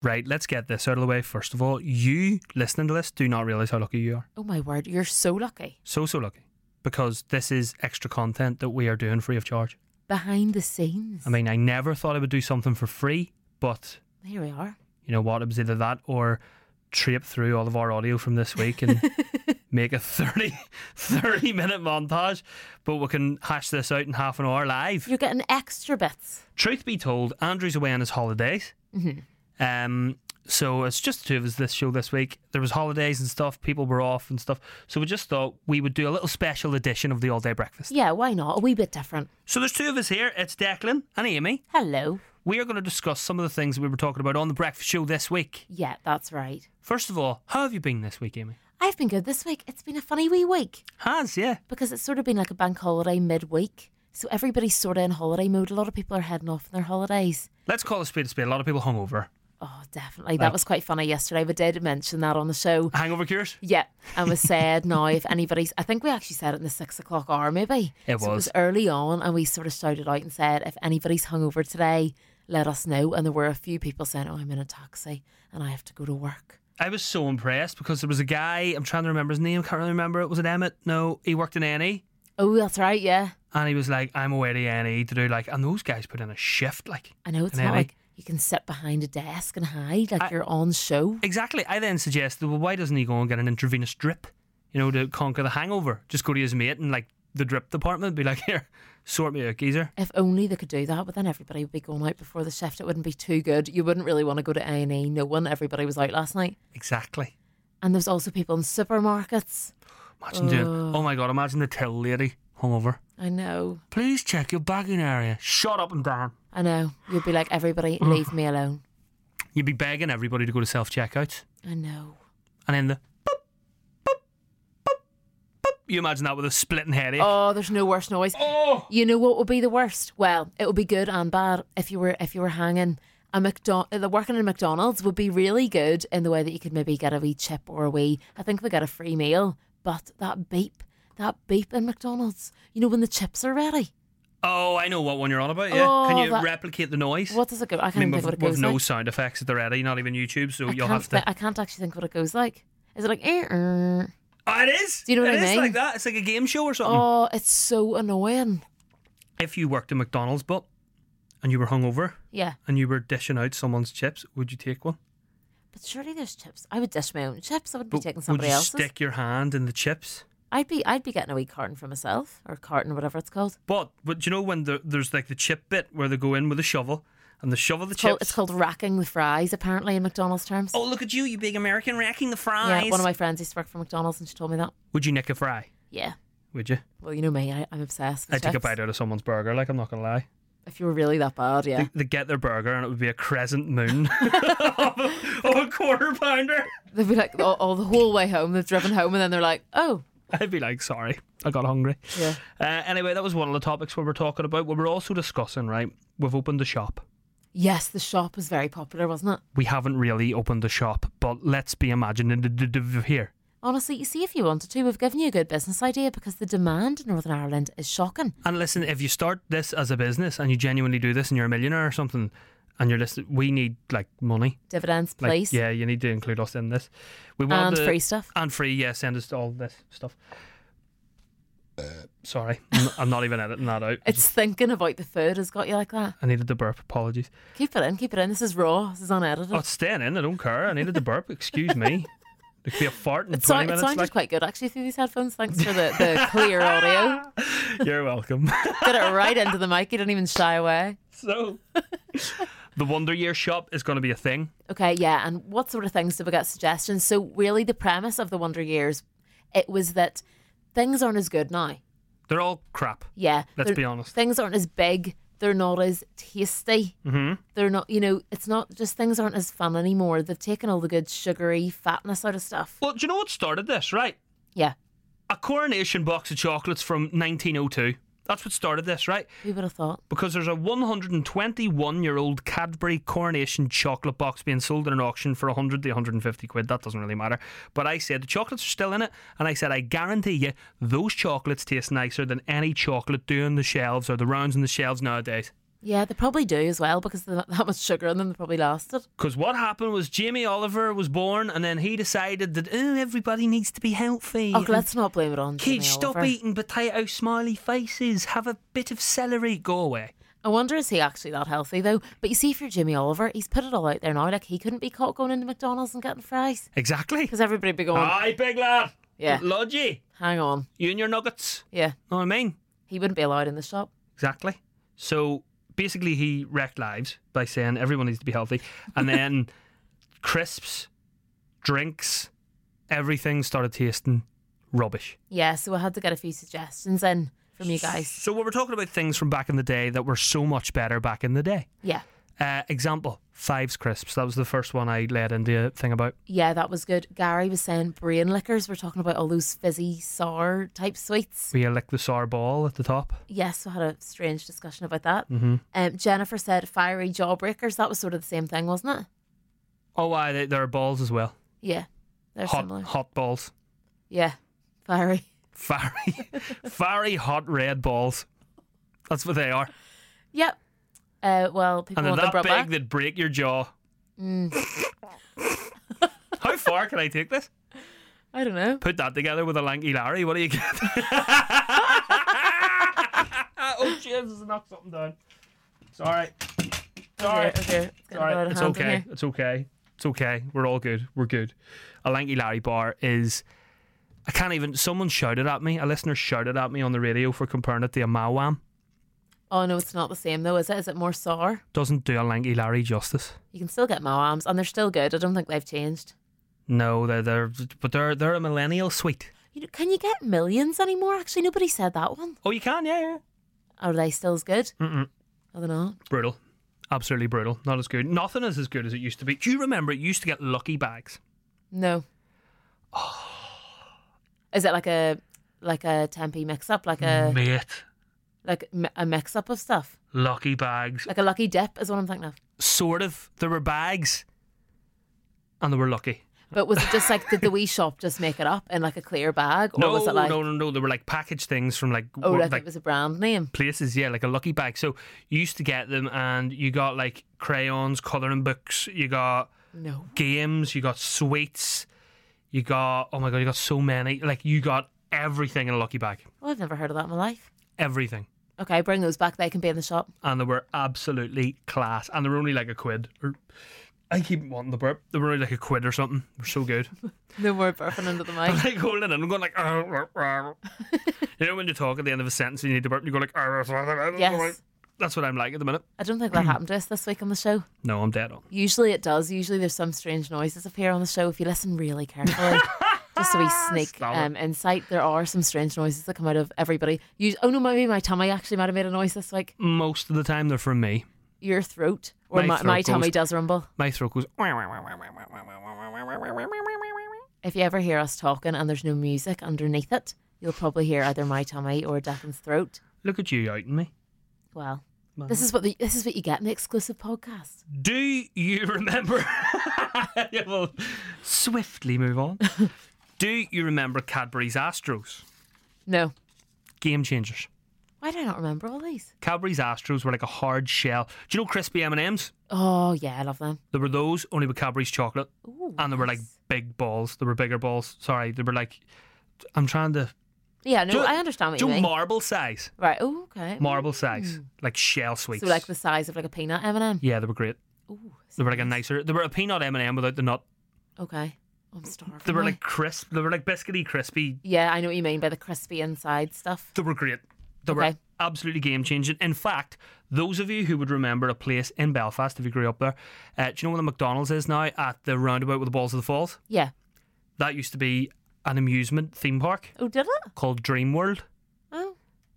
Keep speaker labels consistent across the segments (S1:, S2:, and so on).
S1: Right, let's get this out of the way first of all. You listening to this do not realize how lucky you are.
S2: Oh my word, you're so lucky.
S1: So so lucky because this is extra content that we are doing free of charge.
S2: Behind the scenes.
S1: I mean, I never thought I would do something for free, but
S2: here we are.
S1: you know what? It was either that or traip through all of our audio from this week and make a 30, 30 minute montage. But we can hash this out in half an hour live.
S2: You're getting extra bits.
S1: Truth be told, Andrew's away on his holidays. Um, so it's just the two of us this show this week. There was holidays and stuff. People were off and stuff. So we just thought we would do a little special edition of the all day breakfast.
S2: Yeah, why not? A wee bit different.
S1: So there's two of us here. It's Declan and Amy.
S2: Hello.
S1: We are going to discuss some of the things we were talking about on the breakfast show this week.
S2: Yeah, that's right.
S1: First of all, how have you been this week, Amy?
S2: I've been good this week. It's been a funny wee week
S1: Has yeah.
S2: because it's sort of been like a bank holiday midweek. So everybody's sort of in holiday mode. A lot of people are heading off on their holidays.
S1: Let's call a spade a spade. A lot of people hungover.
S2: Oh, definitely. That was quite funny yesterday. We did mention that on the show.
S1: Hangover cures?
S2: Yeah, and was said now if anybody's, I think we actually said it in the six o'clock hour, maybe.
S1: It
S2: So
S1: was.
S2: it was early on, and we sort of shouted out and said, if anybody's hungover today, let us know. And there were a few people saying, oh, I'm in a taxi and I have to go to work.
S1: I was so impressed because there was a guy, I'm trying to remember his name, can't really remember. it. Was it Emmett? No, he worked in E. NE.
S2: Oh, that's right. Yeah,
S1: And he was like, I'm away to NE to do like, and those guys put in a shift. Like,
S2: I know it's
S1: And
S2: not
S1: Ellie?
S2: like you can sit behind a desk and hide like you're on show.
S1: exactly. I then suggested, well, why doesn't he go and get an intravenous drip, you know, to conquer the hangover? Just go to his mate and like the drip department, be like, here, sort me out, geezer.
S2: If only they could do that, but then everybody would be going out before the shift. It wouldn't be too good. You wouldn't really want to go to A and E. No one. Everybody was out last night,
S1: Exactly.
S2: and there's also people in supermarkets.
S1: Imagine doing, oh my God, imagine the till lady hungover.
S2: I know.
S1: Please check your bagging area. Shut up and down.
S2: I know. You'd be like, everybody, leave me alone.
S1: You'd be begging everybody to go to self checkouts.
S2: I know.
S1: And then the boop, boop, boop, boop. You imagine that with a splitting headache.
S2: Oh, there's no worse noise.
S1: Oh.
S2: You know what would be the worst? Well, it would be good and bad if you were if you were hanging a McDonald. The working in McDonald's would be really good in the way that you could maybe get a wee chip or a wee. I think we got a free meal, but that beep, that beep in McDonald's. You know when the chips are ready.
S1: Oh, I know what one you're on about. Yeah.
S2: Oh,
S1: Can you
S2: that-
S1: replicate the noise?
S2: What does it go? I can't
S1: I mean,
S2: even think
S1: with,
S2: what it
S1: with
S2: goes
S1: no
S2: like.
S1: sound effects at the ready, not even YouTube, so
S2: I
S1: you'll
S2: can't,
S1: have to.
S2: thi- I can't actually think what it goes like. Is it like? Eh, eh?
S1: Oh, it is.
S2: Do you know what
S1: It
S2: I
S1: is
S2: mean?
S1: like that. It's like a game show or something.
S2: Oh, it's so annoying.
S1: If you worked at McDonald's, but and you were hungover
S2: Yeah,
S1: and you were dishing out someone's chips, would you take one?
S2: but surely there's chips. I would dish my own chips. I would be
S1: But
S2: taking
S1: would
S2: somebody
S1: you
S2: else's.
S1: stick your hand in the chips?
S2: I'd be I'd be getting a wee carton for myself or carton whatever it's called.
S1: But but you know when there, there's like the chip bit where they go in with a shovel and they shovel the
S2: It's
S1: chips.
S2: called, it's called racking the fries apparently in McDonald's terms.
S1: oh look at you, you big American, racking the fries.
S2: yeah, one of my friends used to work for McDonald's and she told me that.
S1: Would you nick a fry?
S2: Yeah.
S1: Would you?
S2: Well, you know me, I, I'm obsessed. With
S1: I take a
S2: chips.
S1: bite out of someone's burger. Like I'm not gonna lie.
S2: If you were really that bad, yeah.
S1: They, they get their burger and it would be a crescent moon of, a, of a quarter pounder.
S2: They'd be like all, all the whole way home. They've driven home and then they're like, oh,
S1: I'd be like, sorry, I got hungry.
S2: yeah.
S1: Uh, anyway, that was one of the topics we were talking about. We were also discussing, right? We've opened the shop.
S2: Yes, the shop was very popular, wasn't it?
S1: We haven't really opened the shop, but let's be imaginative here.
S2: Honestly, you see, if you wanted to, we've given you a good business idea because the demand in Northern Ireland is shocking.
S1: And listen, if you start this as a business and you genuinely do this and you're a millionaire or something, and you're listed, we need like money.
S2: Dividends,
S1: Like,
S2: please.
S1: yeah, you need to include us in this. We
S2: And
S1: to-
S2: free stuff.
S1: And free, yeah, send us all this stuff. Sorry, I'm not- I'm not even editing that out. I
S2: It's thinking about the food has got you like that.
S1: I needed the burp. Apologies.
S2: Keep it in, keep it in. This is raw. This is unedited.
S1: Oh, it's staying in. I don't care. I needed the burp. Excuse me. There could be a fart in
S2: It,
S1: 20
S2: sound, it
S1: minutes.
S2: sounded
S1: like-
S2: quite good actually through these headphones. Thanks for the, the clear audio.
S1: You're welcome.
S2: Did it right into the mic. You didn't even shy away.
S1: so, the Wonder Year shop is going to be a thing.
S2: Okay, yeah. And what sort of things did we get suggestions? So really, the premise of the Wonder Years, it was that things aren't as good now.
S1: They're all crap.
S2: Yeah,
S1: Let's
S2: they're-
S1: be honest.
S2: Things aren't as big. They're not as tasty.
S1: Mhm.
S2: They're not. You know, it's not just things aren't as fun anymore. They've taken all the good sugary fatness out of stuff.
S1: Well, do you know what started this, right?
S2: Yeah,
S1: A coronation box of chocolates from 1902. That's what started this, right?
S2: who would have thought?
S1: Because there's a 121 year old Cadbury coronation chocolate box being sold at an auction for 100 to 150 quid. That doesn't really matter. But I said the chocolates are still in it, and I said I guarantee you those chocolates taste nicer than any chocolate doing the shelves or the rounds in the shelves nowadays.
S2: Yeah, they probably do as well because there's not that much sugar in them. They probably lasted.
S1: Because what happened was Jamie Oliver was born, and then he decided that oh, everybody needs to be healthy.
S2: Oh, let's not blame it on Jimmy
S1: Kids, stop
S2: Oliver.
S1: eating potato smiley faces. Have a bit of celery. Go away.
S2: I wonder is he actually that healthy though? But you see, if you're Jimmy Oliver, he's put it all out there now. Like he couldn't be caught going into McDonald's and getting fries
S1: Exactly.
S2: because everybody'd be going,
S1: Aye, big lad.
S2: Yeah.
S1: Lodgy.
S2: "Hang on,
S1: You and your nuggets.
S2: yeah."
S1: Know what I mean?
S2: He wouldn't be allowed in the shop.
S1: Exactly. So basically, he wrecked lives by saying everyone needs to be healthy. And then crisps, drinks, everything started tasting rubbish.
S2: Yeah, so I had to get a few suggestions in from you guys.
S1: So, we we're talking about things from back in the day that were so much better back in the day.
S2: Yeah,
S1: Uh, example, Fives Crisps. That was the first one I led into a thing about.
S2: yeah, that was good. Gary was saying brain liquors. We're talking about all those fizzy, sour type sweets.
S1: We lick the sour ball at the top.
S2: Yes, we had a strange discussion about that.
S1: Mm-hmm.
S2: Um, Jennifer said fiery jawbreakers. That was sort of the same thing, wasn't it?
S1: Oh, aye, they, there are balls as well.
S2: Yeah, they're
S1: Hot,
S2: similar.
S1: hot balls.
S2: Yeah, fiery.
S1: Fiery, fiery hot red balls. That's what they are.
S2: Yep. Uh, well, people
S1: And they're
S2: want them
S1: that
S2: brought
S1: big
S2: back.
S1: they'd break your jaw. Mm. How far can I take this?
S2: I don't know.
S1: Put that together with a lanky Larry. What do you get? oh, Jesus, I knocked something down. It's all right. It's all
S2: Here,
S1: right.
S2: okay, it's
S1: It's
S2: getting
S1: all
S2: a lot
S1: right.
S2: of
S1: It's
S2: hand in
S1: okay.
S2: here.
S1: It's okay. It's okay. We're all good. We're good. A lanky Larry bar is. I can't even. Someone shouted at me. A listener shouted at me on the radio for comparing it to a Mawam.
S2: Oh no, it's not the same though, is it? Is it more sour?
S1: Doesn't do a lanky Larry justice.
S2: You can still get Moams, and they're still good. I don't think they've changed.
S1: No, they're they're but they're they're a millennial sweet.
S2: You know, can you get millions anymore? Actually, nobody said that one.
S1: Oh, you can, yeah, yeah.
S2: Are they still as good? Mm-mm. Are they not?
S1: Brutal, absolutely brutal. Not as good. Nothing is as good as it used to be. Do you remember it used to get lucky bags?
S2: No. Is it like a like a tempe mix up, like a
S1: Mate,
S2: like mi- a mix up of stuff,
S1: lucky bags.
S2: like a lucky dip is what I'm thinking of.
S1: Sort of. There were bags, and they were lucky.
S2: But was it just like did the wee shop just make it up in like a clear bag, or
S1: no,
S2: was it like
S1: no, no, no. They were like packaged things from like
S2: oh,
S1: wor-
S2: like,
S1: like
S2: it was a brand name?
S1: places. Yeah, like a lucky bag. So you used to get them, and you got like crayons, coloring books. You got
S2: No.
S1: games, you got sweets, you got oh my god, you got so many. Like you got everything in a lucky bag.
S2: Well, I've never heard of that in my life.
S1: Everything.
S2: Okay, bring those back. They can be in the shop.
S1: And they were absolutely class. And they were only like a quid. Or, I keep wanting the burp. They were only like a quid or something. They're so good.
S2: No more burping under the mic.
S1: like holding it in, I'm going like You know when you talk at the end of a sentence and you need to burp and you go like
S2: Yes.
S1: That's what I'm like at the minute.
S2: I don't think that happened to us this week on the show.
S1: No, I'm dead on.
S2: Usually it does. Usually there's some strange noises appear on the show if you listen really carefully. Just so we sneak
S1: Stop it.
S2: um, insight, there are some strange noises that come out of everybody. Us- oh no, maybe my tummy actually might have made a noise this week.
S1: Most of the time they're from me.
S2: Your throat or
S1: My
S2: my, my,
S1: throat
S2: tummy
S1: goes-
S2: does rumble.
S1: My throat goes
S2: If you ever hear us talking and there's no music underneath it, you'll probably hear either my tummy or Declan's throat.
S1: Look at you outing me.
S2: Well, this is what the, this is what you get in the exclusive podcast.
S1: Do you remember? Yeah, we'll swiftly move on. Do you remember Cadbury's Astros?
S2: No,
S1: Game changers.
S2: why do I not remember all these?
S1: Cadbury's Astros were like a hard shell. Do you know crispy M and M's?
S2: Oh yeah, I love them.
S1: There were those only with Cadbury's chocolate,
S2: Ooh,
S1: and they were like big balls. They were bigger balls. Sorry, they were like. I'm trying to.
S2: Yeah, no,
S1: Do-
S2: I understand what
S1: Do
S2: you
S1: you know
S2: mean.
S1: marble size?
S2: right? Oh, okay.
S1: Marble size, like shell sweets.
S2: So like the size of like a peanut M and M.
S1: yeah, they were great.
S2: Ooh.
S1: They were like a nicer. They were a peanut M and M without the nut.
S2: Okay. I'm starving.
S1: They were
S2: now.
S1: like crisp. They were like biscuity, crispy
S2: Yeah, I know what you mean by the crispy inside stuff.
S1: They were great. They were
S2: Okay.
S1: absolutely game changing. In fact, those of you who would remember a place in Belfast if you grew up there, uh, do you know where the McDonald's is now at the roundabout with the Balls of the Falls?
S2: Yeah.
S1: That used to be an amusement theme park
S2: Oh, did it?
S1: called Dream World,
S2: Oh.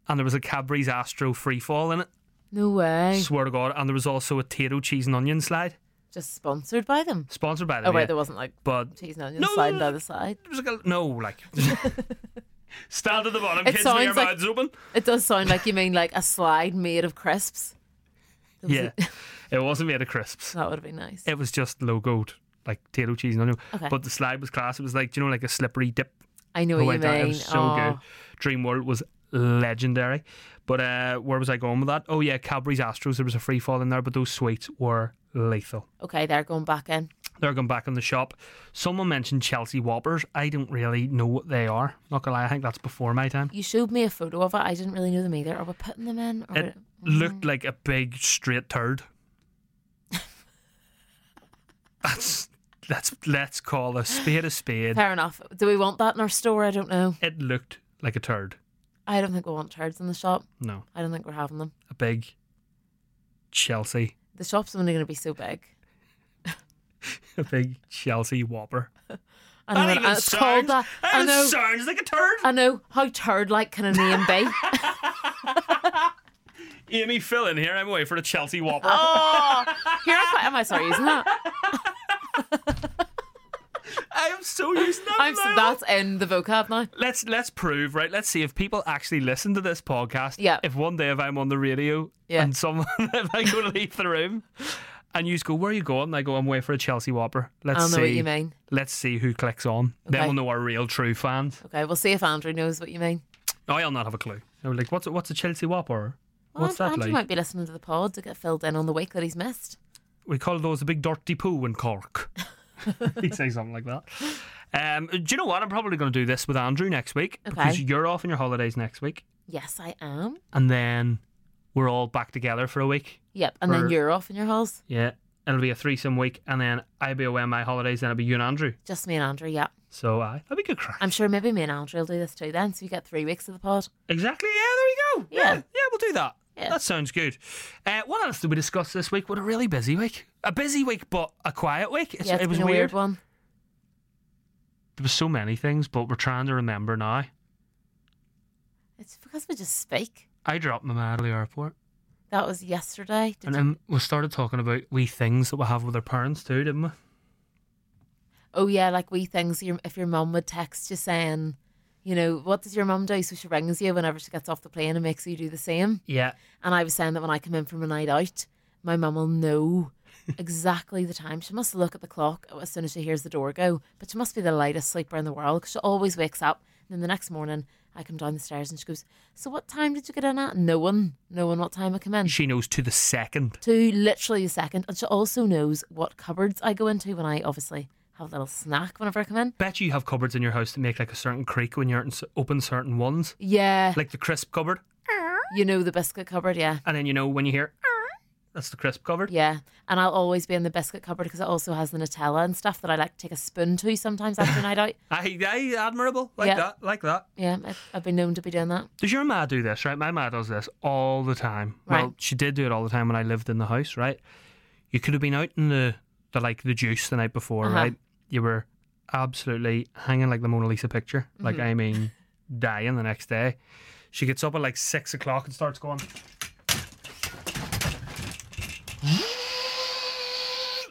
S1: and there was a Cadbury's Astro free fall in it.
S2: No way.
S1: Swear to God. And there was also a tato cheese and onion slide
S2: Just sponsored by them.
S1: sponsored by them.
S2: Oh,
S1: yeah.
S2: right, there wasn't like
S1: But
S2: cheese and onions
S1: No, no,
S2: sliding
S1: no.
S2: down the side.
S1: it was like a, no, like stand at the bottom,
S2: It
S1: kids, with your
S2: sounds like-
S1: mouths open.
S2: It does sound like you mean like a slide made of crisps. There was
S1: Yeah, it wasn't made of crisps.
S2: A, that would have been nice.
S1: It was just logoed like potato cheese and onion.
S2: Okay.
S1: But the slide was class. It was like, do you know, like a slippery dip.
S2: I know
S1: Oh,
S2: what
S1: I
S2: you
S1: thought
S2: mean.
S1: It was so
S2: oh,
S1: good. Dream World was legendary. But uh, where was I going with that? Oh yeah, Cadbury's Astros. There was a free fall in there, but those sweets were lethal.
S2: Okay, they're going back in.
S1: They're going back in the shop. Someone mentioned Chelsea Whoppers. I don't really know what they are. Not gonna lie, I think that's before my time.
S2: You showed me a photo of it. I didn't really know them either. Are we putting them in? Or Mm.
S1: It looked like a big straight turd. that's that's let's call a spade a spade.
S2: Fair enough. Do we want that in our store? I don't know.
S1: It looked like a turd.
S2: I don't think we want turds in the shop.
S1: No,
S2: I don't think we're having them.
S1: a big Chelsea,
S2: The shop's only going to be so big.
S1: a big Chelsea Whopper.
S2: I
S1: That
S2: know,
S1: even
S2: and Oh it's
S1: sounds,
S2: called that.
S1: that
S2: I
S1: even
S2: know.
S1: sounds like a turd.
S2: I know. How turd like can a name be?
S1: Amy, fill in here. I'm away for the Chelsea Whopper.
S2: oh, here I quite, am I sorry using that?
S1: I am so used to that.
S2: I'm,
S1: in my life.
S2: that's in the vocab now.
S1: Let's let's prove right. Let's see if people actually listen to this podcast.
S2: Yeah.
S1: If one day if I'm on the radio
S2: Yeah.
S1: and someone if I go to leave the room and you just go, where are you going? And I go, I'm away for a Chelsea Whopper. Let's
S2: I know
S1: see.
S2: what you mean.
S1: Let's see who clicks on. Then
S2: Okay.
S1: we'll know our real true fans.
S2: Okay, we'll see if Andrew knows what you mean.
S1: No, Oh, I'll not have a clue. I'm like, what's a, what's a Chelsea Whopper?
S2: Well,
S1: What's that
S2: Andrew
S1: like?
S2: might be listening to the pod to get filled in on the week that he's missed.
S1: we call those a big dirty poo in Cork. He'd say something like that. Um, do you know what? I'm probably going to do this with Andrew next week because
S2: Okay.
S1: you're off on your holidays next week,
S2: Yes, I am.
S1: and then we're all back together for a week.
S2: Yep, and
S1: Or-
S2: then you're off in your house.
S1: Yeah, it'll be a threesome week, and then I'll be away on my holidays, and it'll be you and Andrew.
S2: Just me and Andrew, yeah.
S1: So I, that'll be good crack.
S2: I'm sure maybe me and Andrew will do this too then, so you get three weeks of the pod.
S1: Exactly. Yeah, there we go.
S2: Yeah.
S1: yeah, we'll do that.
S2: Yeah.
S1: That sounds good. Uh, what else did we discuss this week? What a really busy week. A busy week, but a quiet week. It's-
S2: yeah, it's
S1: it was
S2: been a
S1: weird.
S2: weird one.
S1: There was so many things, but we're trying to remember now.
S2: It's because we just speak.
S1: I dropped my mom at the airport.
S2: That was yesterday. Did
S1: And
S2: you-
S1: then we started talking about wee things that we have with our parents too, didn't we?
S2: oh yeah, like wee things. Your, if your mum would text you saying, you know, what does your mum do? So she rings you whenever she gets off the plane and makes you do the same.
S1: Yeah.
S2: And I was saying that when I come in from a night out, my mum will know exactly the time. She must look at the clock as soon as she hears the door go. But she must be the lightest sleeper in the world because she always wakes up. And then the next morning, I come down the stairs and she goes, "So what time did you get in at?" No one, no one, what time I come in.
S1: She knows to the second.
S2: to literally a second. And she also knows what cupboards I go into when I obviously have a little snack whenever I come in.
S1: Bet you have cupboards in your house that make like a certain creak when you are open certain ones,
S2: Yeah.
S1: like the crisp cupboard.
S2: You know the biscuit cupboard, yeah.
S1: And then you know when you hear, that's the crisp cupboard.
S2: Yeah. And I'll always be in the biscuit cupboard because it also has the Nutella and stuff that I like to take a spoon to sometimes after a night out.
S1: I, I admirable. Like
S2: Yeah.
S1: that. Like that.
S2: Yeah, I- I've been known to be doing that.
S1: Does your ma do this, right? My ma does this all the time. Well,
S2: Right.
S1: she did do it all the time when I lived in the house, right? You could have been out in the, the like the juice the night before,
S2: Uh-huh.
S1: right? You were absolutely hanging like the Mona Lisa picture. Like
S2: Mm-hmm.
S1: I mean dying the next day. She gets up at like six o'clock and starts going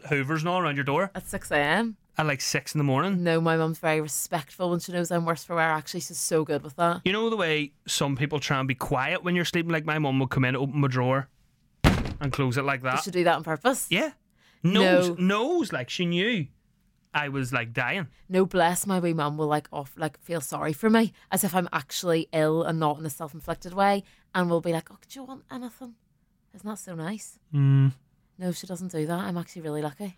S1: Hoovers and all around your door
S2: At 6 a.m.
S1: at like six in the morning.
S2: No, my mum's very respectful when she knows I'm worse for wear. Actually, she's so good with that.
S1: You know the way some people try and be quiet when you're sleeping? Like my mum would come in, open my drawer and close it like
S2: She
S1: that.
S2: should do that on purpose.
S1: Yeah. Knows
S2: No.
S1: knows like she knew I was like dying.
S2: no bless my wee mum will like off like feel sorry for me as if I'm actually ill and not in a self inflicted way and will be like, Oh, do you want anything? Isn't that so nice?
S1: Mm.
S2: No, she doesn't do that. I'm actually really lucky.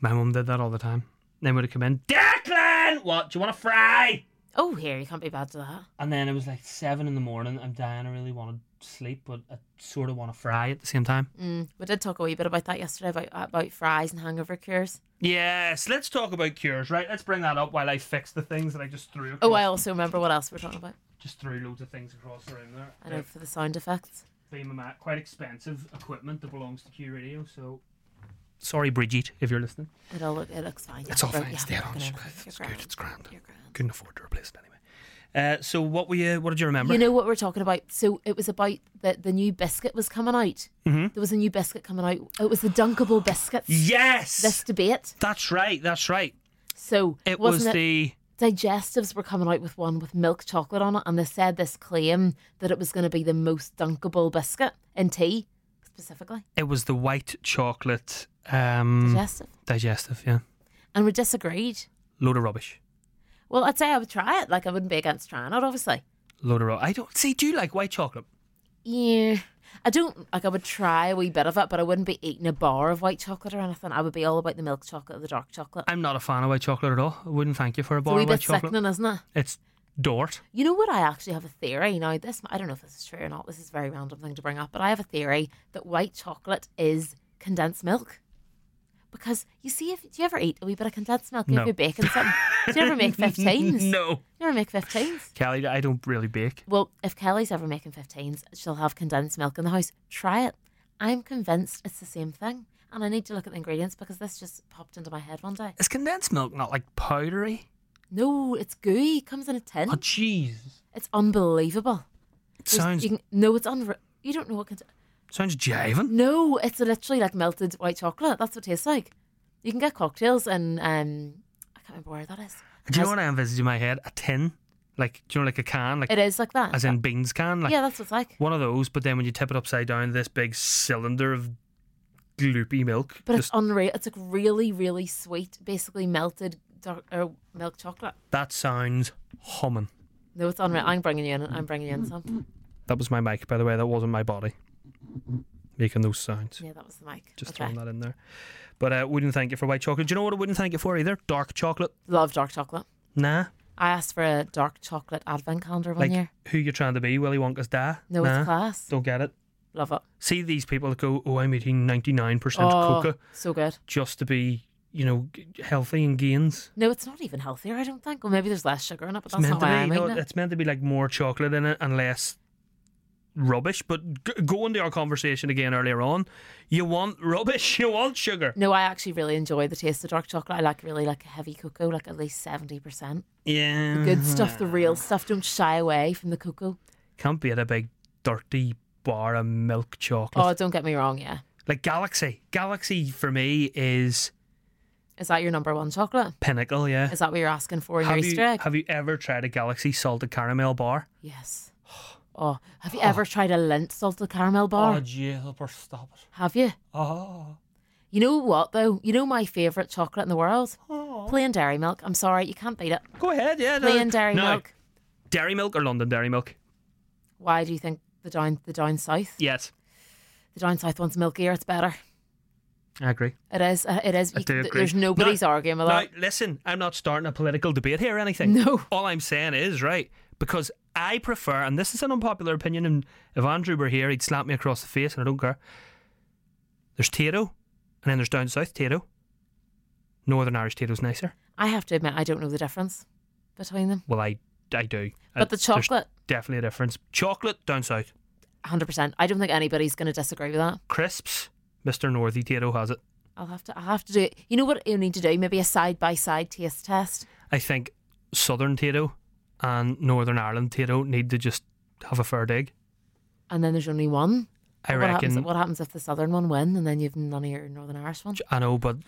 S1: My mum did that all the time. Then would have come in, Declan, what, do you want to fry?
S2: Oh here, you can't be bad to that.
S1: And then it was like seven in the morning. I'm dying. I really want to sleep, but I sort of want to fry at the same time.
S2: Mm. We did talk a wee bit about that yesterday about uh, about fries and hangover cures.
S1: Yes, let's talk about cures, right? Let's bring that up while I fix the things that I just threw.
S2: Oh,
S1: across-
S2: I also remember what else we we're talking about.
S1: Just threw loads of things across the room there.
S2: I know for the sound effects.
S1: beam of mat, quite expensive equipment that belongs to Q Radio. So, sorry, Brigitte, if you're listening.
S2: It all look it looks fine.
S1: It's all
S2: Yeah,
S1: fine.
S2: yeah,
S1: It's dead on.
S2: fucking
S1: It's
S2: hell,
S1: it's
S2: you're
S1: good.
S2: grand.
S1: It's grand.
S2: You're grand.
S1: Couldn't afford to replace it anyway. Uh, so, what were you? What did you remember?
S2: You know what we're talking about? So it was about that the new biscuit was coming out.
S1: Mhm.
S2: There was a new biscuit coming out. It was the dunkable biscuits.
S1: yes,
S2: This debate.
S1: that's right. That's right.
S2: So
S1: It
S2: wasn't
S1: was
S2: it,
S1: the
S2: digestives were coming out with one with milk chocolate on it, and they said this claim that it was going to be the most dunkable biscuit in tea specifically
S1: it was the white chocolate um,
S2: digestive,
S1: digestive. Yeah,
S2: and we disagreed.
S1: load of rubbish.
S2: Well, I'd say I would try it. Like I wouldn't be against trying it, obviously.
S1: load of. ro- I don't see. Do you like white chocolate?
S2: Yeah. I don't like. I would try a wee bit of it, but I wouldn't be eating a bar of white chocolate or anything. I would be all about the milk chocolate, the dark chocolate.
S1: I'm not a fan of white chocolate at all. I wouldn't thank you for a
S2: It's a
S1: bar
S2: wee
S1: of white
S2: bit
S1: chocolate.
S2: sickening, isn't it?
S1: It's Dort.
S2: You know what? I actually have a theory now. This I don't know if this is true or not. This is a very random thing to bring up, but I have a theory that white chocolate is condensed milk. Because you see, if do you ever eat a wee bit of condensed milk
S1: No.
S2: if you're baking something? do you ever make fifteens?
S1: No,
S2: You ever make fifteens?
S1: Kelly, I don't really bake.
S2: Well, if Kelly's ever making 15s, she'll have condensed milk in the house. Try it. I'm convinced it's the same thing. And I need to look at the ingredients because this just popped into my head one day.
S1: Is condensed milk not like powdery?
S2: No, it's gooey. It comes in a tin.
S1: Oh, jeez.
S2: It's unbelievable.
S1: It
S2: There's-
S1: sounds
S2: You can, no, it's unreal. You don't know what. Cond-
S1: sounds jiving.
S2: no, it's literally like melted white chocolate. That's what it tastes like. You can get cocktails and um, I can't remember where that is.
S1: Do you know what I envisage in my head? A tin, like do you know, like a can, like
S2: It is like that.
S1: as in beans can, like
S2: yeah, that's what it's like.
S1: one of those. But then when you tip it upside down, this big cylinder of gloopy milk.
S2: But
S1: just-
S2: it's unreal. It's like really, really sweet, basically melted dark, or milk chocolate.
S1: that sounds humming.
S2: No, it's
S1: Mm.
S2: unreal. I'm bringing you in. I'm bringing you in some.
S1: That was my mic, by the way. That wasn't my body making those sounds.
S2: Yeah, that was the mic.
S1: Just
S2: okay.
S1: throwing that in there. But I wouldn't thank you for white chocolate. Do you know what I wouldn't thank you for either? Dark chocolate.
S2: Love dark chocolate.
S1: Nah.
S2: I asked for a dark chocolate advent calendar one
S1: Like
S2: year.
S1: who you're trying to be, Willy Wonka's dad.
S2: No,
S1: nah.
S2: it's class.
S1: Don't get it.
S2: Love it.
S1: See these people that go, oh, I'm eating 99%
S2: Oh,
S1: coca
S2: so good.
S1: just to be, you know, g- healthy and gains.
S2: No, it's not even healthier. I don't think. Well, maybe there's less sugar in it, but
S1: It's
S2: that's
S1: meant
S2: not
S1: to
S2: why
S1: be.
S2: I'm
S1: no,
S2: eating it.
S1: It's meant to be like more chocolate in it and less rubbish. But g- go into our conversation again earlier on. You want rubbish, you want sugar.
S2: No, I actually really enjoy the taste of dark chocolate. I like really like a heavy cocoa, like at least seventy percent.
S1: Mm-hmm. Yeah.
S2: Good stuff, the real stuff. Don't shy away from the cocoa.
S1: Can't be at a big dirty bar of milk chocolate.
S2: Oh, don't get me wrong. Yeah,
S1: like Galaxy. Galaxy for me is
S2: is that your number one chocolate?
S1: pinnacle, yeah.
S2: Is that what you're asking for in
S1: have
S2: your
S1: you,
S2: Easter egg?
S1: have you ever tried a Galaxy salted caramel bar?
S2: Yes. Oh, have you ever tried a lint salted caramel bar?
S1: Gilbert, Oh, stop it.
S2: Have you?
S1: Oh.
S2: You know what though? You know my favourite chocolate in the world? Plain dairy milk. I'm sorry, you can't beat it.
S1: Go ahead, yeah. no-
S2: Plain dairy
S1: no,
S2: milk.
S1: Dairy milk or London dairy milk?
S2: Why do you think the down the down south?
S1: Yes.
S2: The down south one's milkier. It's better.
S1: I agree.
S2: It is. uh, It is. You
S1: do
S2: th-
S1: agree.
S2: There's nobody's arguing with
S1: Now,
S2: that.
S1: listen, I'm not starting a political debate here or anything.
S2: No.
S1: All I'm saying is, right, because I prefer, and this is an unpopular opinion, and if Andrew were here, he'd slap me across the face, and I don't care. There's Tato, and then there's down south Tato. Northern Irish Tato's nicer.
S2: I have to admit, I don't know the difference between them.
S1: Well, I, I do. Uh,
S2: But the
S1: there's
S2: chocolate,
S1: Definitely a difference. Chocolate down south.
S2: 100. percent I don't think anybody's going to disagree with that.
S1: Crisps, Mr. Northy Tato has it.
S2: I'll have to. I'll have to do it. You know what you need to do? Maybe a side by side taste test.
S1: I think Southern Tato and Northern Ireland Tato need to just have a fair dig.
S2: And then there's only one.
S1: I
S2: what
S1: reckon.
S2: Happens, what happens if the southern one win and then you've none of your northern Irish one?
S1: I know, but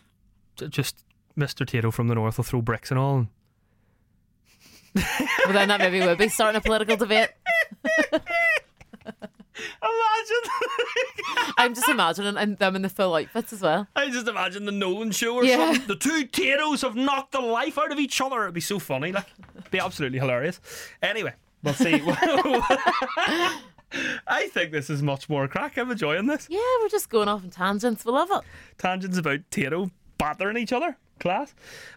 S1: j- just Mr. Tato from the north will throw bricks and all.
S2: Well, then that maybe would be starting a political debate.
S1: Imagine!
S2: I'm just imagining and them in the full outfits as well.
S1: I just imagine the Nolan show or
S2: Yeah.
S1: something. The two Tatos have knocked the life out of each other. It'd be so funny. Like, it'd be absolutely hilarious. Anyway, we'll see. I think this is much more crack. I'm enjoying this.
S2: Yeah, we're just going off on tangents. We love it.
S1: tangents about Tato battering each other. Class.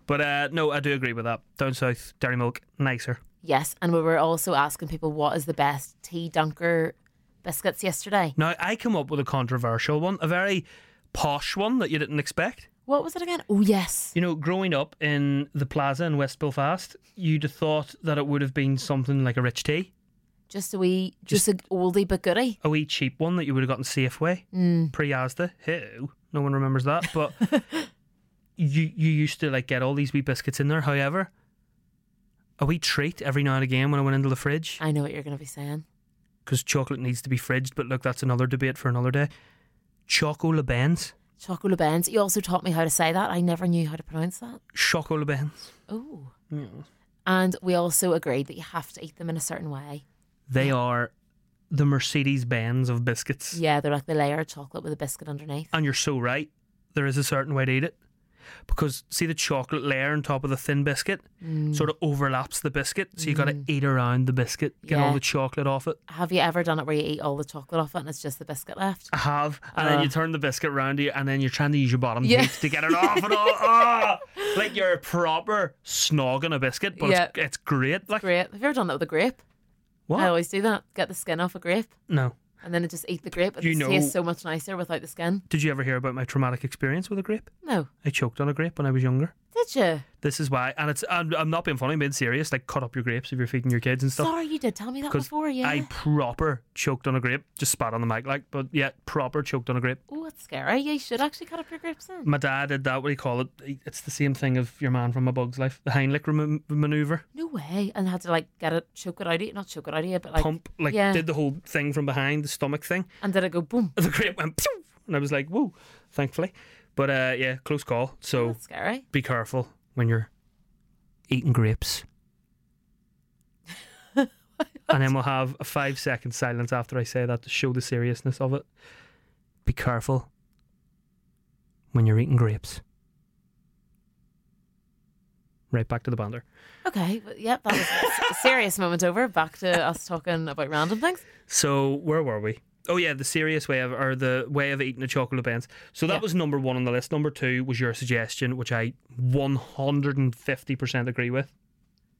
S1: But uh, no, I do agree with that. Down south, dairy milk, nicer.
S2: Yes, and we were also asking people what is the best tea dunker biscuits yesterday.
S1: Now, I come up with a controversial one, a very posh one that you didn't expect.
S2: What was it again? Oh yes,
S1: You know, growing up in the plaza in West Belfast, you'd have thought that it would have been something like a rich tea,
S2: just a wee, just, an oldie but goodie. Hmm.
S1: a wee cheap one that you would have gotten Safeway, pre Asda. Ew, no one remembers that. But you, you used to like get all these wee biscuits in there. However, a wee treat every now and again when I went into the fridge.
S2: I know what you're going to be saying.
S1: because chocolate needs to be fridged. But look, that's another debate for another day. Choco Lebens.
S2: Choco Benz. You also taught me how to say that. I never knew how to pronounce that.
S1: Choco Lebens.
S2: Oh. And we also agreed that you have to eat them in a certain way.
S1: They are the Mercedes Benz of biscuits.
S2: Yeah, they're like the layer of chocolate with a biscuit underneath.
S1: And you're so right. There is a certain way to eat it. because see the chocolate layer on top of the thin biscuit sort of overlaps the biscuit, so you got to eat around the biscuit, get all
S2: Yeah.
S1: the chocolate off it.
S2: Have you ever done it where you eat all the chocolate off it and it's just the biscuit left?
S1: I have, and then
S2: Uh.
S1: you turn the biscuit round you, and then you're trying to use your bottom
S2: Yeah.
S1: teeth to get it off and all. Ah! like you're proper snogging a biscuit, but it's, it's great. Like
S2: Grape. Have you ever done that with a grape?
S1: what?
S2: I always do that. Get the skin off a grape
S1: No.
S2: and then I just eat the grape. It
S1: You
S2: just
S1: know-
S2: tastes so much nicer without the skin.
S1: Did you ever hear about my traumatic experience with a grape?
S2: No.
S1: I choked on a grape when I was younger.
S2: Did you?
S1: This is why, and it's I'm, I'm not being funny, I'm being serious. Like cut up your grapes if you're feeding your kids and stuff.
S2: Sorry, you did tell me that
S1: 'Cause
S2: before, yeah.
S1: I proper choked on a grape, just spat on the mic, like, but yeah, proper choked on a grape.
S2: Oh, that's scary. Yeah, you should actually cut up your grapes then.
S1: My dad did that. What do you call it? It's the same thing of your man from A Bug's Life, the Heimlich remo- maneuver,
S2: No way. And had to like get it, choke it out of you. Not choke it out of you, but like.
S1: pump, like
S2: yeah.
S1: did the whole thing from behind, the stomach thing.
S2: And did it go boom?
S1: The grape went, pew! and I was like, whoa, thankfully. But uh, yeah, close call. So
S2: That's scary.
S1: be careful when you're eating grapes. and then we'll have a five second silence after I say that to show the seriousness of it. Be careful when you're eating grapes. Right back to the bander.
S2: Okay. But yep, that was a s- serious moment over. Back to us talking about random things.
S1: So where were we? Oh yeah, the serious way of or the way of eating a chocolate bends. So that
S2: Yeah.
S1: was number one on the list. Number two was your suggestion, which I one hundred and fifty percent agree with.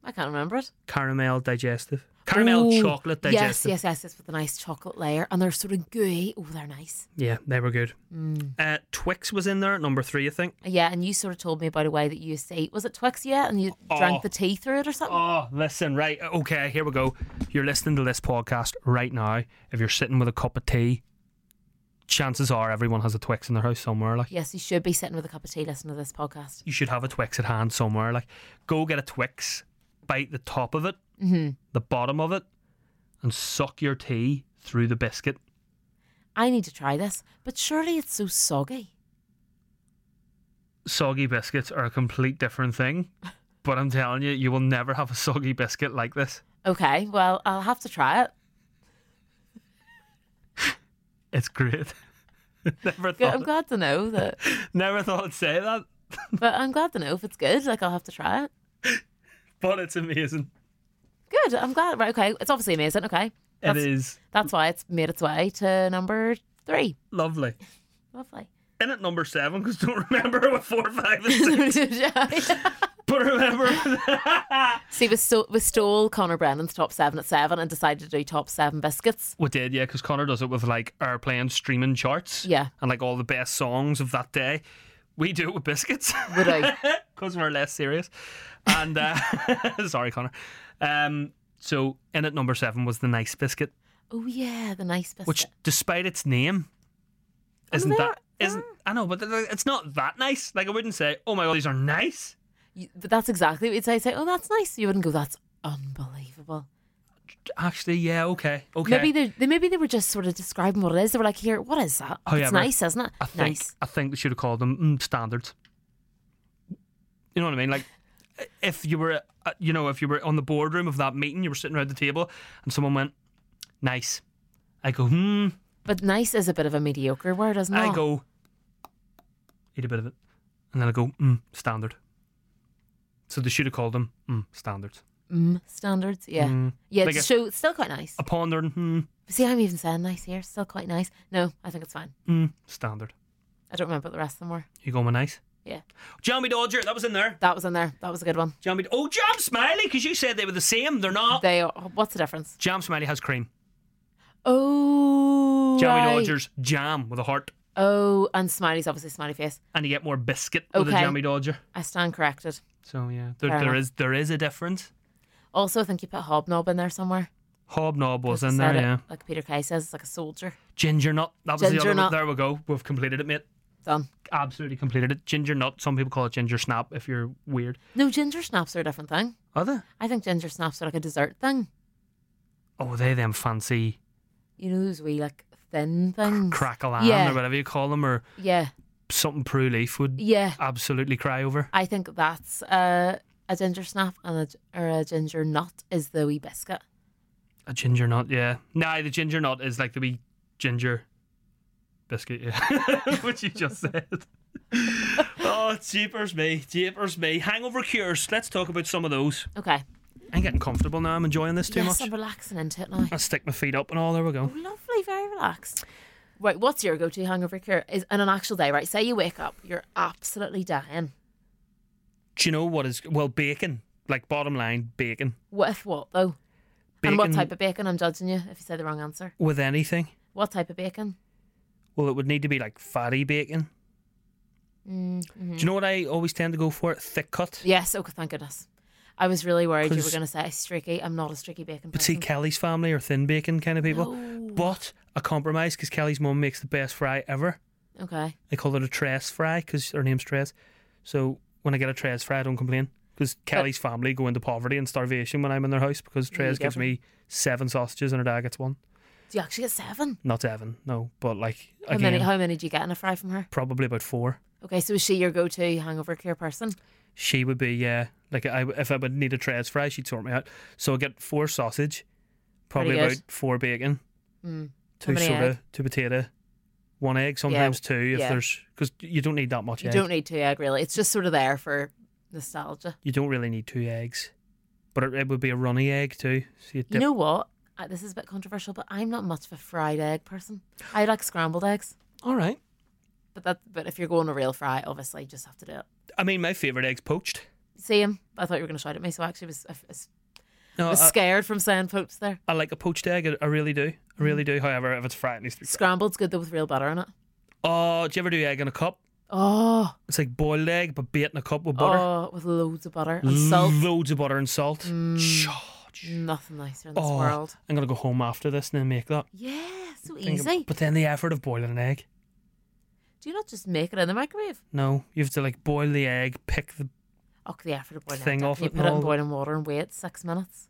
S2: I can't remember it.
S1: Caramel digestive. Caramel
S2: Ooh,
S1: chocolate digestive.
S2: Yes, yes, yes. It's with a nice chocolate layer. And they're sort of gooey. Oh, they're nice.
S1: Yeah, they were good.
S2: Mm.
S1: Uh, Twix was in there at number three, I think.
S2: Yeah, and you sort of told me about a way that you used to eat. Was it Twix yet? And you drank
S1: Oh.
S2: the tea through it or something?
S1: Oh, listen, right. Okay, here we go. You're listening to this podcast right now. If you're sitting with a cup of tea, chances are everyone has a Twix in their house somewhere. Like,
S2: Yes, you should be sitting with a cup of tea listening to this podcast.
S1: you should have a Twix at hand somewhere. Like, go get a Twix, bite the top of it,
S2: Mm-hmm.
S1: the bottom of it, and suck your tea through the biscuit.
S2: I need to try this, but surely it's so soggy.
S1: Soggy biscuits are a complete different thing, but I'm telling you, you will never have a soggy biscuit like this.
S2: Okay, well, I'll have to try it.
S1: It's great. Never
S2: Good,
S1: thought.
S2: I'm glad to know that,
S1: Never thought I'd say that,
S2: but I'm glad to know if it's good. Like, I'll have to try it.
S1: but it's amazing.
S2: Good, I'm glad. Right, okay. It's obviously amazing. Okay. That's,
S1: it is
S2: that's why it's made its way to number three.
S1: lovely.
S2: Lovely.
S1: In at number seven, because don't remember what four, five, and six, but remember.
S2: See, we stole, we stole Connor Brennan's top seven at seven and decided to do top seven biscuits.
S1: we did, yeah, because Connor does it with like airplane streaming charts.
S2: Yeah.
S1: And like all the best songs of that day. We do it with biscuits.
S2: Would I?
S1: Because we're less serious. And uh, sorry, Connor. Um, so in at number seven was the nice biscuit,
S2: Oh yeah, the nice biscuit.
S1: which, despite its name, isn't
S2: they're-
S1: that isn't I know, but th- th- it's not that nice. Like I wouldn't say, oh my god, these are nice.
S2: You- but that's exactly what you'd say. Say, oh, that's nice. You wouldn't go, that's unbelievable.
S1: Actually, yeah, okay, okay.
S2: Maybe they, they maybe they were just sort of describing what it is. They were like, here, what is that?
S1: Oh, yeah,
S2: it's
S1: but
S2: nice, isn't it?
S1: I think
S2: nice.
S1: I think they should have called them mm, standards. You know what I mean? Like if you were, uh, you know, if you were on the boardroom of that meeting, you were sitting around the table, and someone went, "Nice," I go, "Hmm,"
S2: But nice is a bit of a mediocre word, isn't it?
S1: I go, eat a bit of it, and then I go, mm, "Standard." So they should have called them mm, standards.
S2: Mm, standards. Yeah. Yeah.
S1: Mm. Like a-
S2: so it's still quite nice.
S1: Upon their mm,
S2: See, I'm even saying nice here. Still quite nice. No, I think it's fine.
S1: mm, standard.
S2: I don't remember what the rest of them were.
S1: You going with nice?
S2: Yeah.
S1: Jamie Dodger, that was in there.
S2: That was in there. That was a good one.
S1: Jamie, oh, Jam Smiley, because you said they were the same. They're not.
S2: They are, what's the difference?
S1: Jam Smiley has cream.
S2: Oh,
S1: Jammy
S2: right.
S1: Dodgers jam with a heart,
S2: Oh, and Smiley's obviously Smiley face.
S1: and you get more biscuit with a
S2: Okay.
S1: Jammy Dodger.
S2: I stand corrected.
S1: So yeah, there,
S2: Fair
S1: there
S2: enough.
S1: is there is a difference.
S2: Also, I think you put hobnob in there somewhere.
S1: Hobnob was
S2: It
S1: in there,
S2: said it,
S1: yeah.
S2: Like Peter Kay says, it's like a soldier.
S1: Ginger nut. That was the
S2: Ginger
S1: other one.
S2: nut.
S1: There we go. We've completed it, mate.
S2: Done.
S1: Absolutely completed it. Ginger nut. Some people call it ginger snap if you're weird.
S2: No, ginger snaps are a different thing.
S1: Are they?
S2: I think ginger snaps are like a dessert thing.
S1: Oh, they them fancy
S2: You know those wee like thin things.
S1: crackle and
S2: Yeah.
S1: or whatever you call them, or
S2: Yeah,
S1: something prue leaf would
S2: yeah.
S1: absolutely cry over.
S2: I think that's uh, a ginger snap and a, g- or a ginger nut is the wee biscuit.
S1: A ginger nut, yeah. Nah, the ginger nut is like the wee ginger biscuit, yeah. what you just said. Oh, jeepers me, jeepers me. Hangover cures. Let's talk about some of those.
S2: Okay.
S1: I'm getting comfortable now. I'm enjoying this too
S2: yes,
S1: much.
S2: I'm relaxing into it now.
S1: I stick my feet up and all. There we go.
S2: Lovely, very relaxed. Right, what's your go-to hangover cure? Is on an actual day, right? Say you wake up, you're absolutely dying.
S1: Do you know what is well bacon? Like bottom line, bacon.
S2: With what though?
S1: Bacon
S2: And what type of bacon? I'm judging you if you say the wrong answer.
S1: with anything?
S2: What type of bacon?
S1: Well, it would need to be like fatty bacon. Do you know what I always tend to go for? Thick cut.
S2: Mm, mm-hmm. Yes. Okay. Thank goodness. I was really worried you were
S1: 'Cause-
S2: going to say streaky. I'm not a streaky bacon
S1: But see,
S2: person.
S1: Kelly's family are thin bacon kind of people. But a compromise because Kelly's mum makes the best fry ever.
S2: okay.
S1: They call it a tres fry because her name's Tres. So when I get a tres fry, I don't complain because Kelly's family go into poverty and starvation when I'm in their house because Tres gives
S2: go.
S1: me seven sausages and her dad gets one.
S2: Do you actually get seven?
S1: Not seven, no, but like
S2: How many?
S1: again,
S2: How many do you get in a fry from her?
S1: probably about four.
S2: Okay. So is she your go-to hangover cure person?
S1: She would be yeah. Like I, if I would need a tres fry, she'd sort me out. So I get four sausage, probably
S2: Pretty good.
S1: about four bacon,
S2: Mm.
S1: two
S2: many
S1: soda,
S2: egg?
S1: two potato, one egg. Sometimes two if
S2: yeah.
S1: there's because you don't need that much.
S2: You
S1: egg.
S2: don't need to egg really. It's just sort of there for nostalgia.
S1: You don't really need two eggs, but it, it would be a runny egg too. So you,
S2: You
S1: dip-
S2: know what? Uh, This is a bit controversial, but I'm not much of a fried egg person. I like scrambled eggs,
S1: all right.
S2: but that but if you're going to real fry, obviously you just have to do it.
S1: I mean, my favorite egg's poached.
S2: Same. I thought you were going to shout at me, so I actually was I was,
S1: No,
S2: I was
S1: I,
S2: scared from saying poops there.
S1: I like a poached egg. I, I really do. I
S2: Mm.
S1: really do. However, if it's fried, it needs to be.
S2: Scrambled's good though with real butter in it.
S1: Oh, do you ever do egg in a cup?
S2: Oh,
S1: It's like boiled egg, but bait in a cup with butter.
S2: oh, with loads of butter and salt. Mm.
S1: Loads of butter and salt. George.
S2: Nothing nicer in this
S1: Oh,
S2: world.
S1: I'm gonna go home after this and then make that.
S2: Yeah, so
S1: Think of-
S2: easy.
S1: But then the effort of boiling an egg.
S2: Do you not just make it in the microwave?
S1: No, you have to like boil the egg, pick the.
S2: Oh, the effort of boiling
S1: Thing
S2: it.
S1: off
S2: you
S1: it Uh.
S2: put it in
S1: all.
S2: boiling water and wait six minutes.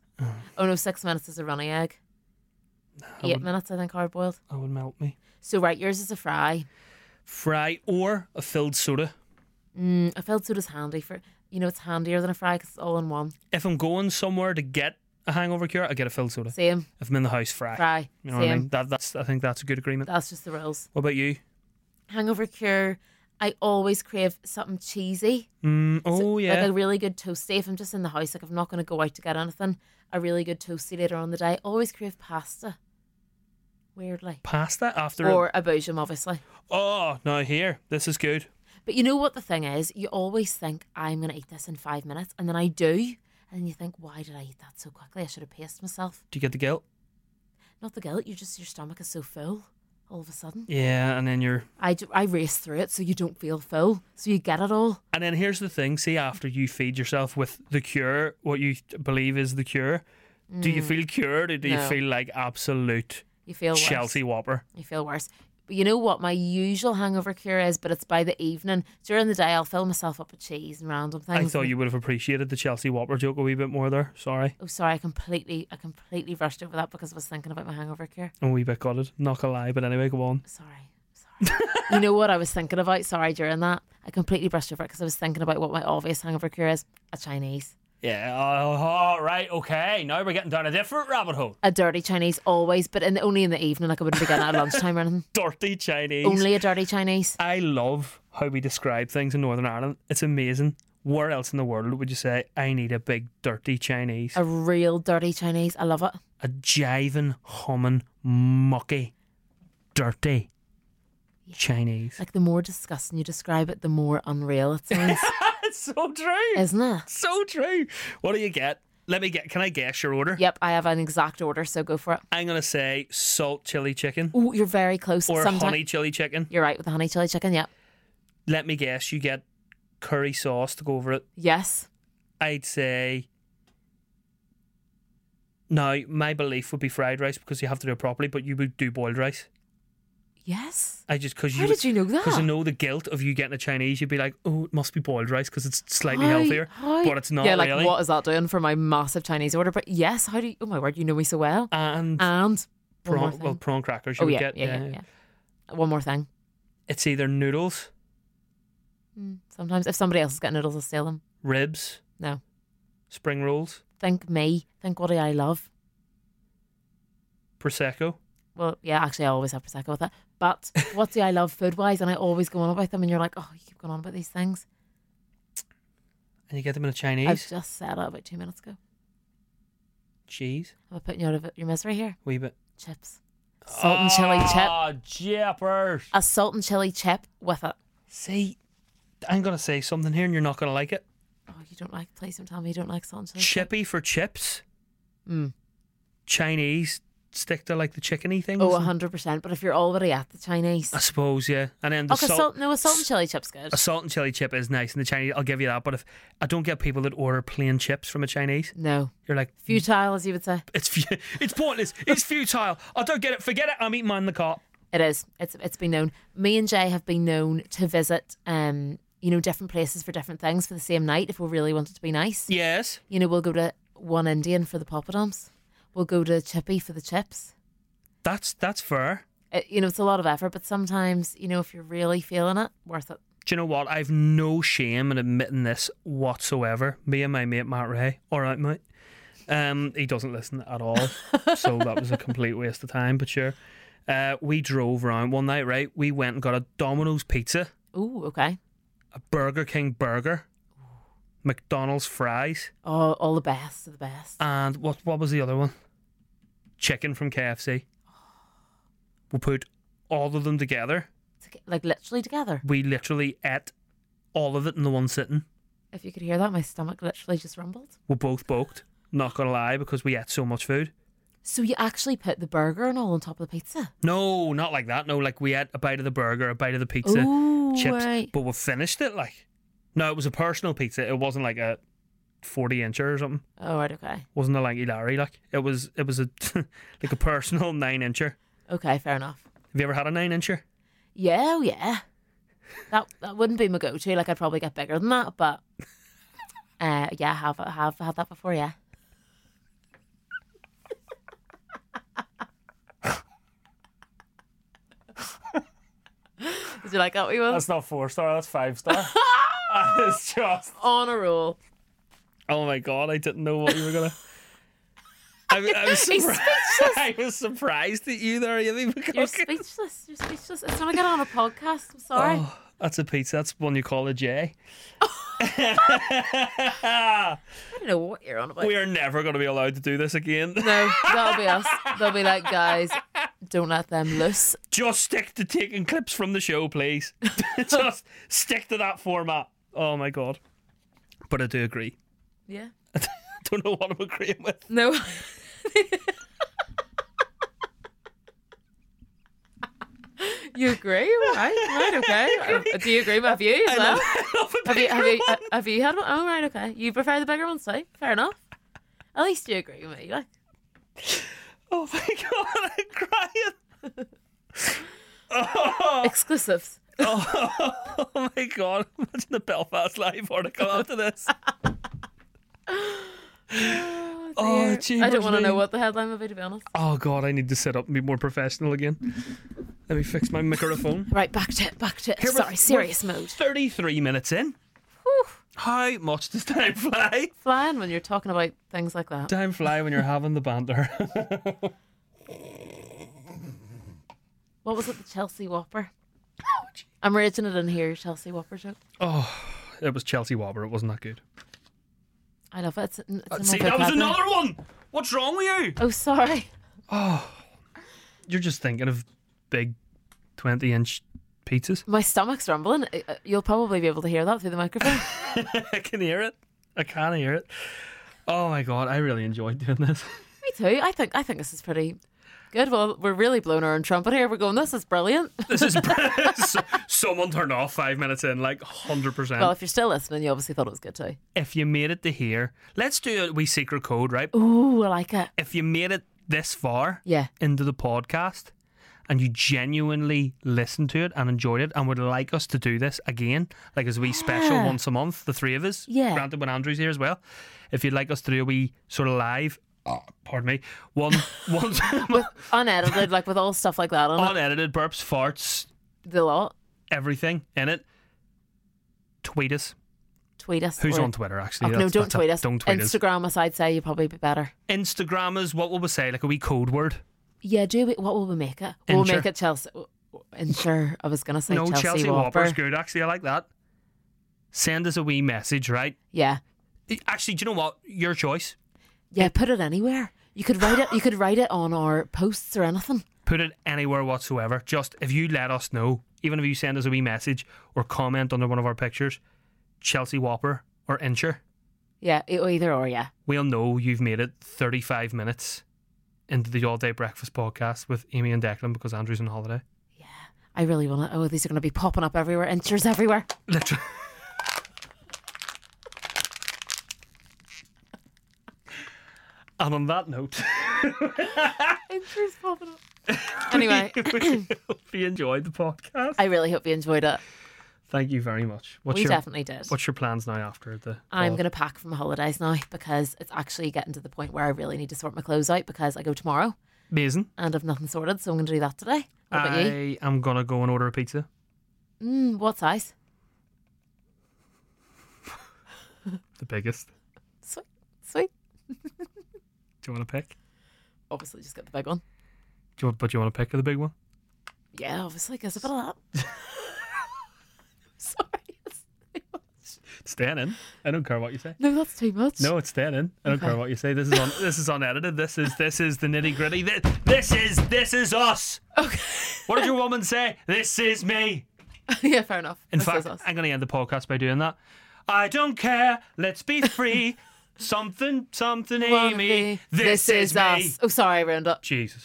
S2: Oh no, six minutes is a runny egg. Eight
S1: would-
S2: minutes, I think, hard boiled.
S1: That oh, would melt me.
S2: So right, yours is a fry.
S1: Fry or a filled soda.
S2: Mm, a filled soda's handy for you know it's handier than a fry because it's all in one.
S1: If I'm going somewhere to get a hangover cure, I get a filled soda.
S2: Same
S1: If I'm in the house, fry.
S2: fry,
S1: You know
S2: same.
S1: what I mean? That, that's. I think that's a good agreement.
S2: That's just the rules.
S1: what about you?
S2: Hangover cure. I always crave something cheesy,
S1: Mm, oh yeah.
S2: like a really good toasty. If I'm just in the house, like if I'm not going to go out to get anything, a really good toasty later on in the day. Always crave pasta. Weirdly,
S1: Pasta after. a-
S2: or a boujum, obviously.
S1: oh, now here. This is good.
S2: But you know what the thing is? You always think I'm going to eat this in five minutes, and then I do, and then you think, why did I eat that so quickly? I should have paced myself.
S1: Do you get the guilt?
S2: Not the guilt. You just your stomach is so full all of a sudden.
S1: Yeah, and then you're.
S2: I, d- I race through it so you don't feel full, so you get it all.
S1: And then here's the thing: see, after you feed yourself with the cure, what you believe is the cure, do you feel cured or do
S2: Mm. No.
S1: you feel like absolute
S2: You feel worse.
S1: Chelsea Whopper?
S2: You feel worse. But you know what my usual hangover cure is, but it's by the evening. During the day, I'll fill myself up with cheese and random things.
S1: I thought you would have appreciated the Chelsea Whopper joke a wee bit more there. Sorry,
S2: Oh, sorry, I completely, I completely rushed over that because I was thinking about my hangover cure.
S1: I'm a wee bit gutted. Not gonna lie, but anyway, go on.
S2: Sorry, sorry. you know what I was thinking about? Sorry, during that, I completely brushed over it because I was thinking about what my obvious hangover cure is: a Chinese,
S1: Yeah. oh, all right. Okay. Now we're getting down a different rabbit hole.
S2: a dirty Chinese always, but in the, only in the evening. Like I wouldn't be getting it at lunchtime or anything.
S1: Dirty Chinese.
S2: Only a dirty Chinese.
S1: I love how we describe things in Northern Ireland. It's amazing. Where else in the world would you say I need a big dirty Chinese,
S2: A real dirty Chinese. I love it.
S1: a jiving, humming, mucky, dirty Chinese?
S2: Like the more disgusting you describe it, the more unreal it sounds,
S1: That's so true.
S2: isn't it?
S1: so true. What do you get? Let me get. Can I guess your order?
S2: Yep, I have an exact order, so go for it.
S1: I'm gonna say salt chili chicken
S2: Oh, you're very close.
S1: or
S2: Sometime-
S1: honey chili chicken.
S2: You're right with the honey chili chicken. Yep.
S1: Let me guess. You get curry sauce to go over it.
S2: Yes.
S1: I'd say. Now, my belief would be fried rice because you have to do it properly, but you would do boiled rice.
S2: Yes.
S1: I just because
S2: How
S1: you
S2: did you know that?
S1: because I know the guilt of you getting a Chinese. You'd be like, oh, it must be boiled rice because it's slightly
S2: How-
S1: healthier,
S2: how-
S1: but it's not
S2: Yeah, like
S1: really.
S2: what is that doing for my massive Chinese order? But yes, how do you? Oh my word, you know me so well.
S1: And
S2: And one more
S1: prawn,
S2: thing.
S1: well, prawn crackers. You
S2: oh
S1: would
S2: yeah,
S1: get.
S2: yeah, yeah, yeah. One more thing.
S1: It's either noodles,
S2: Sometimes if somebody else is getting noodles, I'll steal them.
S1: ribs,
S2: No,
S1: spring rolls,
S2: think me. Think what do I love?
S1: prosecco.
S2: Well, yeah, actually, I always have prosecco with it. But what do I love food wise? And I always go on about them, and you're like, oh, you keep going on about these things.
S1: And you get them in a Chinese
S2: I've just said it about two minutes ago.
S1: cheese,
S2: Am I putting you out of your misery here?
S1: wee bit.
S2: Chips, salt and chili chip,
S1: Ah, jeepers.
S2: a salt and chili chip with it.
S1: See, I'm gonna say something here, and you're not gonna like it.
S2: Oh, you don't like? Please don't tell me you don't like salt and chili.
S1: Chippy for chips.
S2: Mm.
S1: Chinese stick to like the chickeny things.
S2: Oh, hundred percent. But if you're already at the Chinese,
S1: I suppose, yeah. And then the
S2: okay,
S1: salt,
S2: salt, no, a salt and chili chip's good.
S1: a salt and chili chip is nice, and the Chinese. I'll give you that. But if I don't get people that order plain chips from a Chinese,
S2: No,
S1: you're like,
S2: futile as you would say.
S1: it's fu- it's pointless, it's futile. I don't get it. Forget it. I'm eating mine in the car.
S2: It is. It's it's been known. Me and Jay have been known to visit, um, you know, different places for different things for the same night if we really wanted to be nice.
S1: Yes.
S2: You know, we'll go to one Indian for the poppadoms. We'll go to Chippy for the chips.
S1: That's that's fair.
S2: It, you know, it's a lot of effort, but sometimes, you know, if you're really feeling it, worth it.
S1: Do you know what? I've no shame in admitting this whatsoever. Me and my mate Matt Ray, all right, mate. Um, he doesn't listen at all, so that was a complete waste of time. But sure, uh, we drove around one night. Right, we went and got a Domino's pizza,
S2: Ooh, okay.
S1: a Burger King burger, McDonald's fries,
S2: Oh, all the best of the best.
S1: and what what was the other one? Chicken from KFC. We put all of them together.
S2: Toge- Like literally together.
S1: We literally ate all of it in the one sitting.
S2: If you could hear that, my stomach literally just rumbled.
S1: We're both bulked. Not gonna lie, because we ate so much food.
S2: So you actually put the burger and all on top of the pizza.
S1: No, not like that. No, like we ate a bite of the burger, a bite of the pizza,
S2: Ooh,
S1: chips,
S2: right.
S1: but we finished it like. No, it was a personal pizza. It wasn't like a forty incher or something.
S2: Oh, right, okay.
S1: wasn't a lanky Larry like. It was it was a like a personal nine incher.
S2: Okay, fair enough.
S1: Have you ever had a nine incher?
S2: Yeah, oh yeah. That that wouldn't be my go-to. Like I'd probably get bigger than that, but uh, yeah, I have I have had that before. Yeah. Did you like that? We was
S1: not four star, that's five star. it's just
S2: on a roll.
S1: Oh my god, I didn't know what you were gonna I, I was
S2: He's
S1: surprised. I was surprised at you there, Amy, because
S2: You're speechless. You're speechless. It's not good on a podcast. I'm sorry.
S1: Oh, that's a pizza. That's one you call a J.
S2: I don't know what you're on about.
S1: We are never going to be allowed to do this again.
S2: No, that'll be us. They'll be like, guys, don't let them loose.
S1: Just stick to taking clips from the show, please. Just stick to that format. Oh my god. But I do agree.
S2: Yeah.
S1: I don't know what I'm agreeing with.
S2: No. you agree? Right, right, okay. Uh, Do you agree with you as well? Have you, have, you, have you had one? Oh, right, okay. You prefer the bigger ones, so fair enough. At least you agree with me. Like,
S1: Oh my god, I'm crying. Oh,
S2: exclusives.
S1: oh, oh my god. Imagine the Belfast Live article after this. Oh,
S2: Dear.
S1: jeepers
S2: I don't want to know
S1: me.
S2: what the headline would be, to be honest.
S1: Oh god, I need to sit up and be more professional again. Let me fix my microphone.
S2: Right, back to it, back to it.
S1: Here we're-
S2: Sorry, serious
S1: we're
S2: mode.
S1: 33 minutes in.
S2: Whew.
S1: How much does time fly?
S2: Flying when you're talking about things like that.
S1: Time fly when you're having the banter.
S2: What was it? The Chelsea Whopper. I'm raging it in here, your Chelsea Whopper joke.
S1: oh, it was Chelsea Wobber. It wasn't that good.
S2: I love it. It's, it's in my
S1: See, that was
S2: vocabulary.
S1: another one. What's wrong with you?
S2: Oh, sorry.
S1: You're just thinking of big 20 inch pizzas.
S2: My stomach's rumbling. I- I- You'll probably be able to hear that through the microphone.
S1: I can hear it. I can hear it. Oh my god, I really enjoyed doing this.
S2: Me too. I think I think this is pretty good. Well, we're really blowing our own trumpet here. We're going, this is brilliant.
S1: This is someone turned off five minutes in, like hundred percent.
S2: well, if you're still listening, you obviously thought it was good too.
S1: if you made it to here, let's do a wee secret code, right?
S2: Ooh, I like it.
S1: If you made it this far
S2: Yeah.
S1: into the podcast and you genuinely listened to it and enjoyed it and would like us to do this again, like as a wee special
S2: Yeah.
S1: once a month, the three of us,
S2: Ah. Yeah.
S1: granted when Andrew's here as well, if you'd like us to do a wee sort of live, oh, pardon me, one, one
S2: Unedited, like with all stuff like that on
S1: unedited burps, farts,
S2: it. The lot.
S1: everything in it, tweet us.
S2: Tweet us.
S1: Who's
S2: or-
S1: on Twitter, actually?
S2: Oh, no,
S1: That's-
S2: don't
S1: that's a-
S2: tweet us.
S1: Don't tweet us.
S2: Instagram us, I'd say you'd probably be better.
S1: Instagrammers, what will we say? Like a wee code word?
S2: Yeah, do we, what will we make it? We'll
S1: Incher.
S2: make it Chelsea. and sure, I was gonna say
S1: no
S2: Chelsea,
S1: Chelsea,
S2: Whopper.
S1: Whopper's good. Actually, I like that. Send us a wee message, right?
S2: Yeah,
S1: Actually, do you know what? Your choice.
S2: yeah. Put it anywhere. You could write it. You could write it on our posts or anything.
S1: Put it anywhere whatsoever. Just if you let us know, even if you send us a wee message or comment under one of our pictures, Chelsea Whopper or Incher,
S2: Yeah, e- either or. Yeah,
S1: we'll know you've made it 35 minutes into the All Day Breakfast podcast with Amy and Declan because Andrew's on holiday.
S2: I really want to. Oh, these are gonna be popping up everywhere. Inchers everywhere.
S1: Literally. and on that note.
S2: Inchers popping up. Anyway,
S1: we hope you enjoyed the podcast.
S2: I really hope you enjoyed it.
S1: Thank you very much. What's
S2: we
S1: your
S2: definitely did.
S1: What's your plans now after the?
S2: I'm
S1: pod?
S2: going to pack from holidays now because it's actually getting to the point where I really need to sort my clothes out because I go tomorrow
S1: amazing.
S2: and I've nothing sorted. So I'm going to do that today. What about you?
S1: I am gonna go and order a pizza.
S2: Mm, what size?
S1: The biggest.
S2: Sweet. Sweet.
S1: Do you want to pick?
S2: Obviously, just get the big one.
S1: Do you want, but do you want to pick the big one?
S2: Yeah, obviously, because a bit of that. Sorry. it's too much.
S1: Staying in. I don't care what you say.
S2: No, that's too much.
S1: No, it's staying in. I don't
S2: Okay.
S1: care what you say. This is on. This is unedited. This is this is the nitty gritty. This, this is this is us.
S2: Okay.
S1: What did your woman say? This is me.
S2: yeah, fair enough.
S1: In
S2: This is
S1: fact,
S2: us.
S1: I'm going to end the podcast by doing that. I don't care. Let's be free. something, something,
S2: Wanna
S1: Amy.
S2: be- this, is, us. Oh, sorry, I ruined it.
S1: Jesus.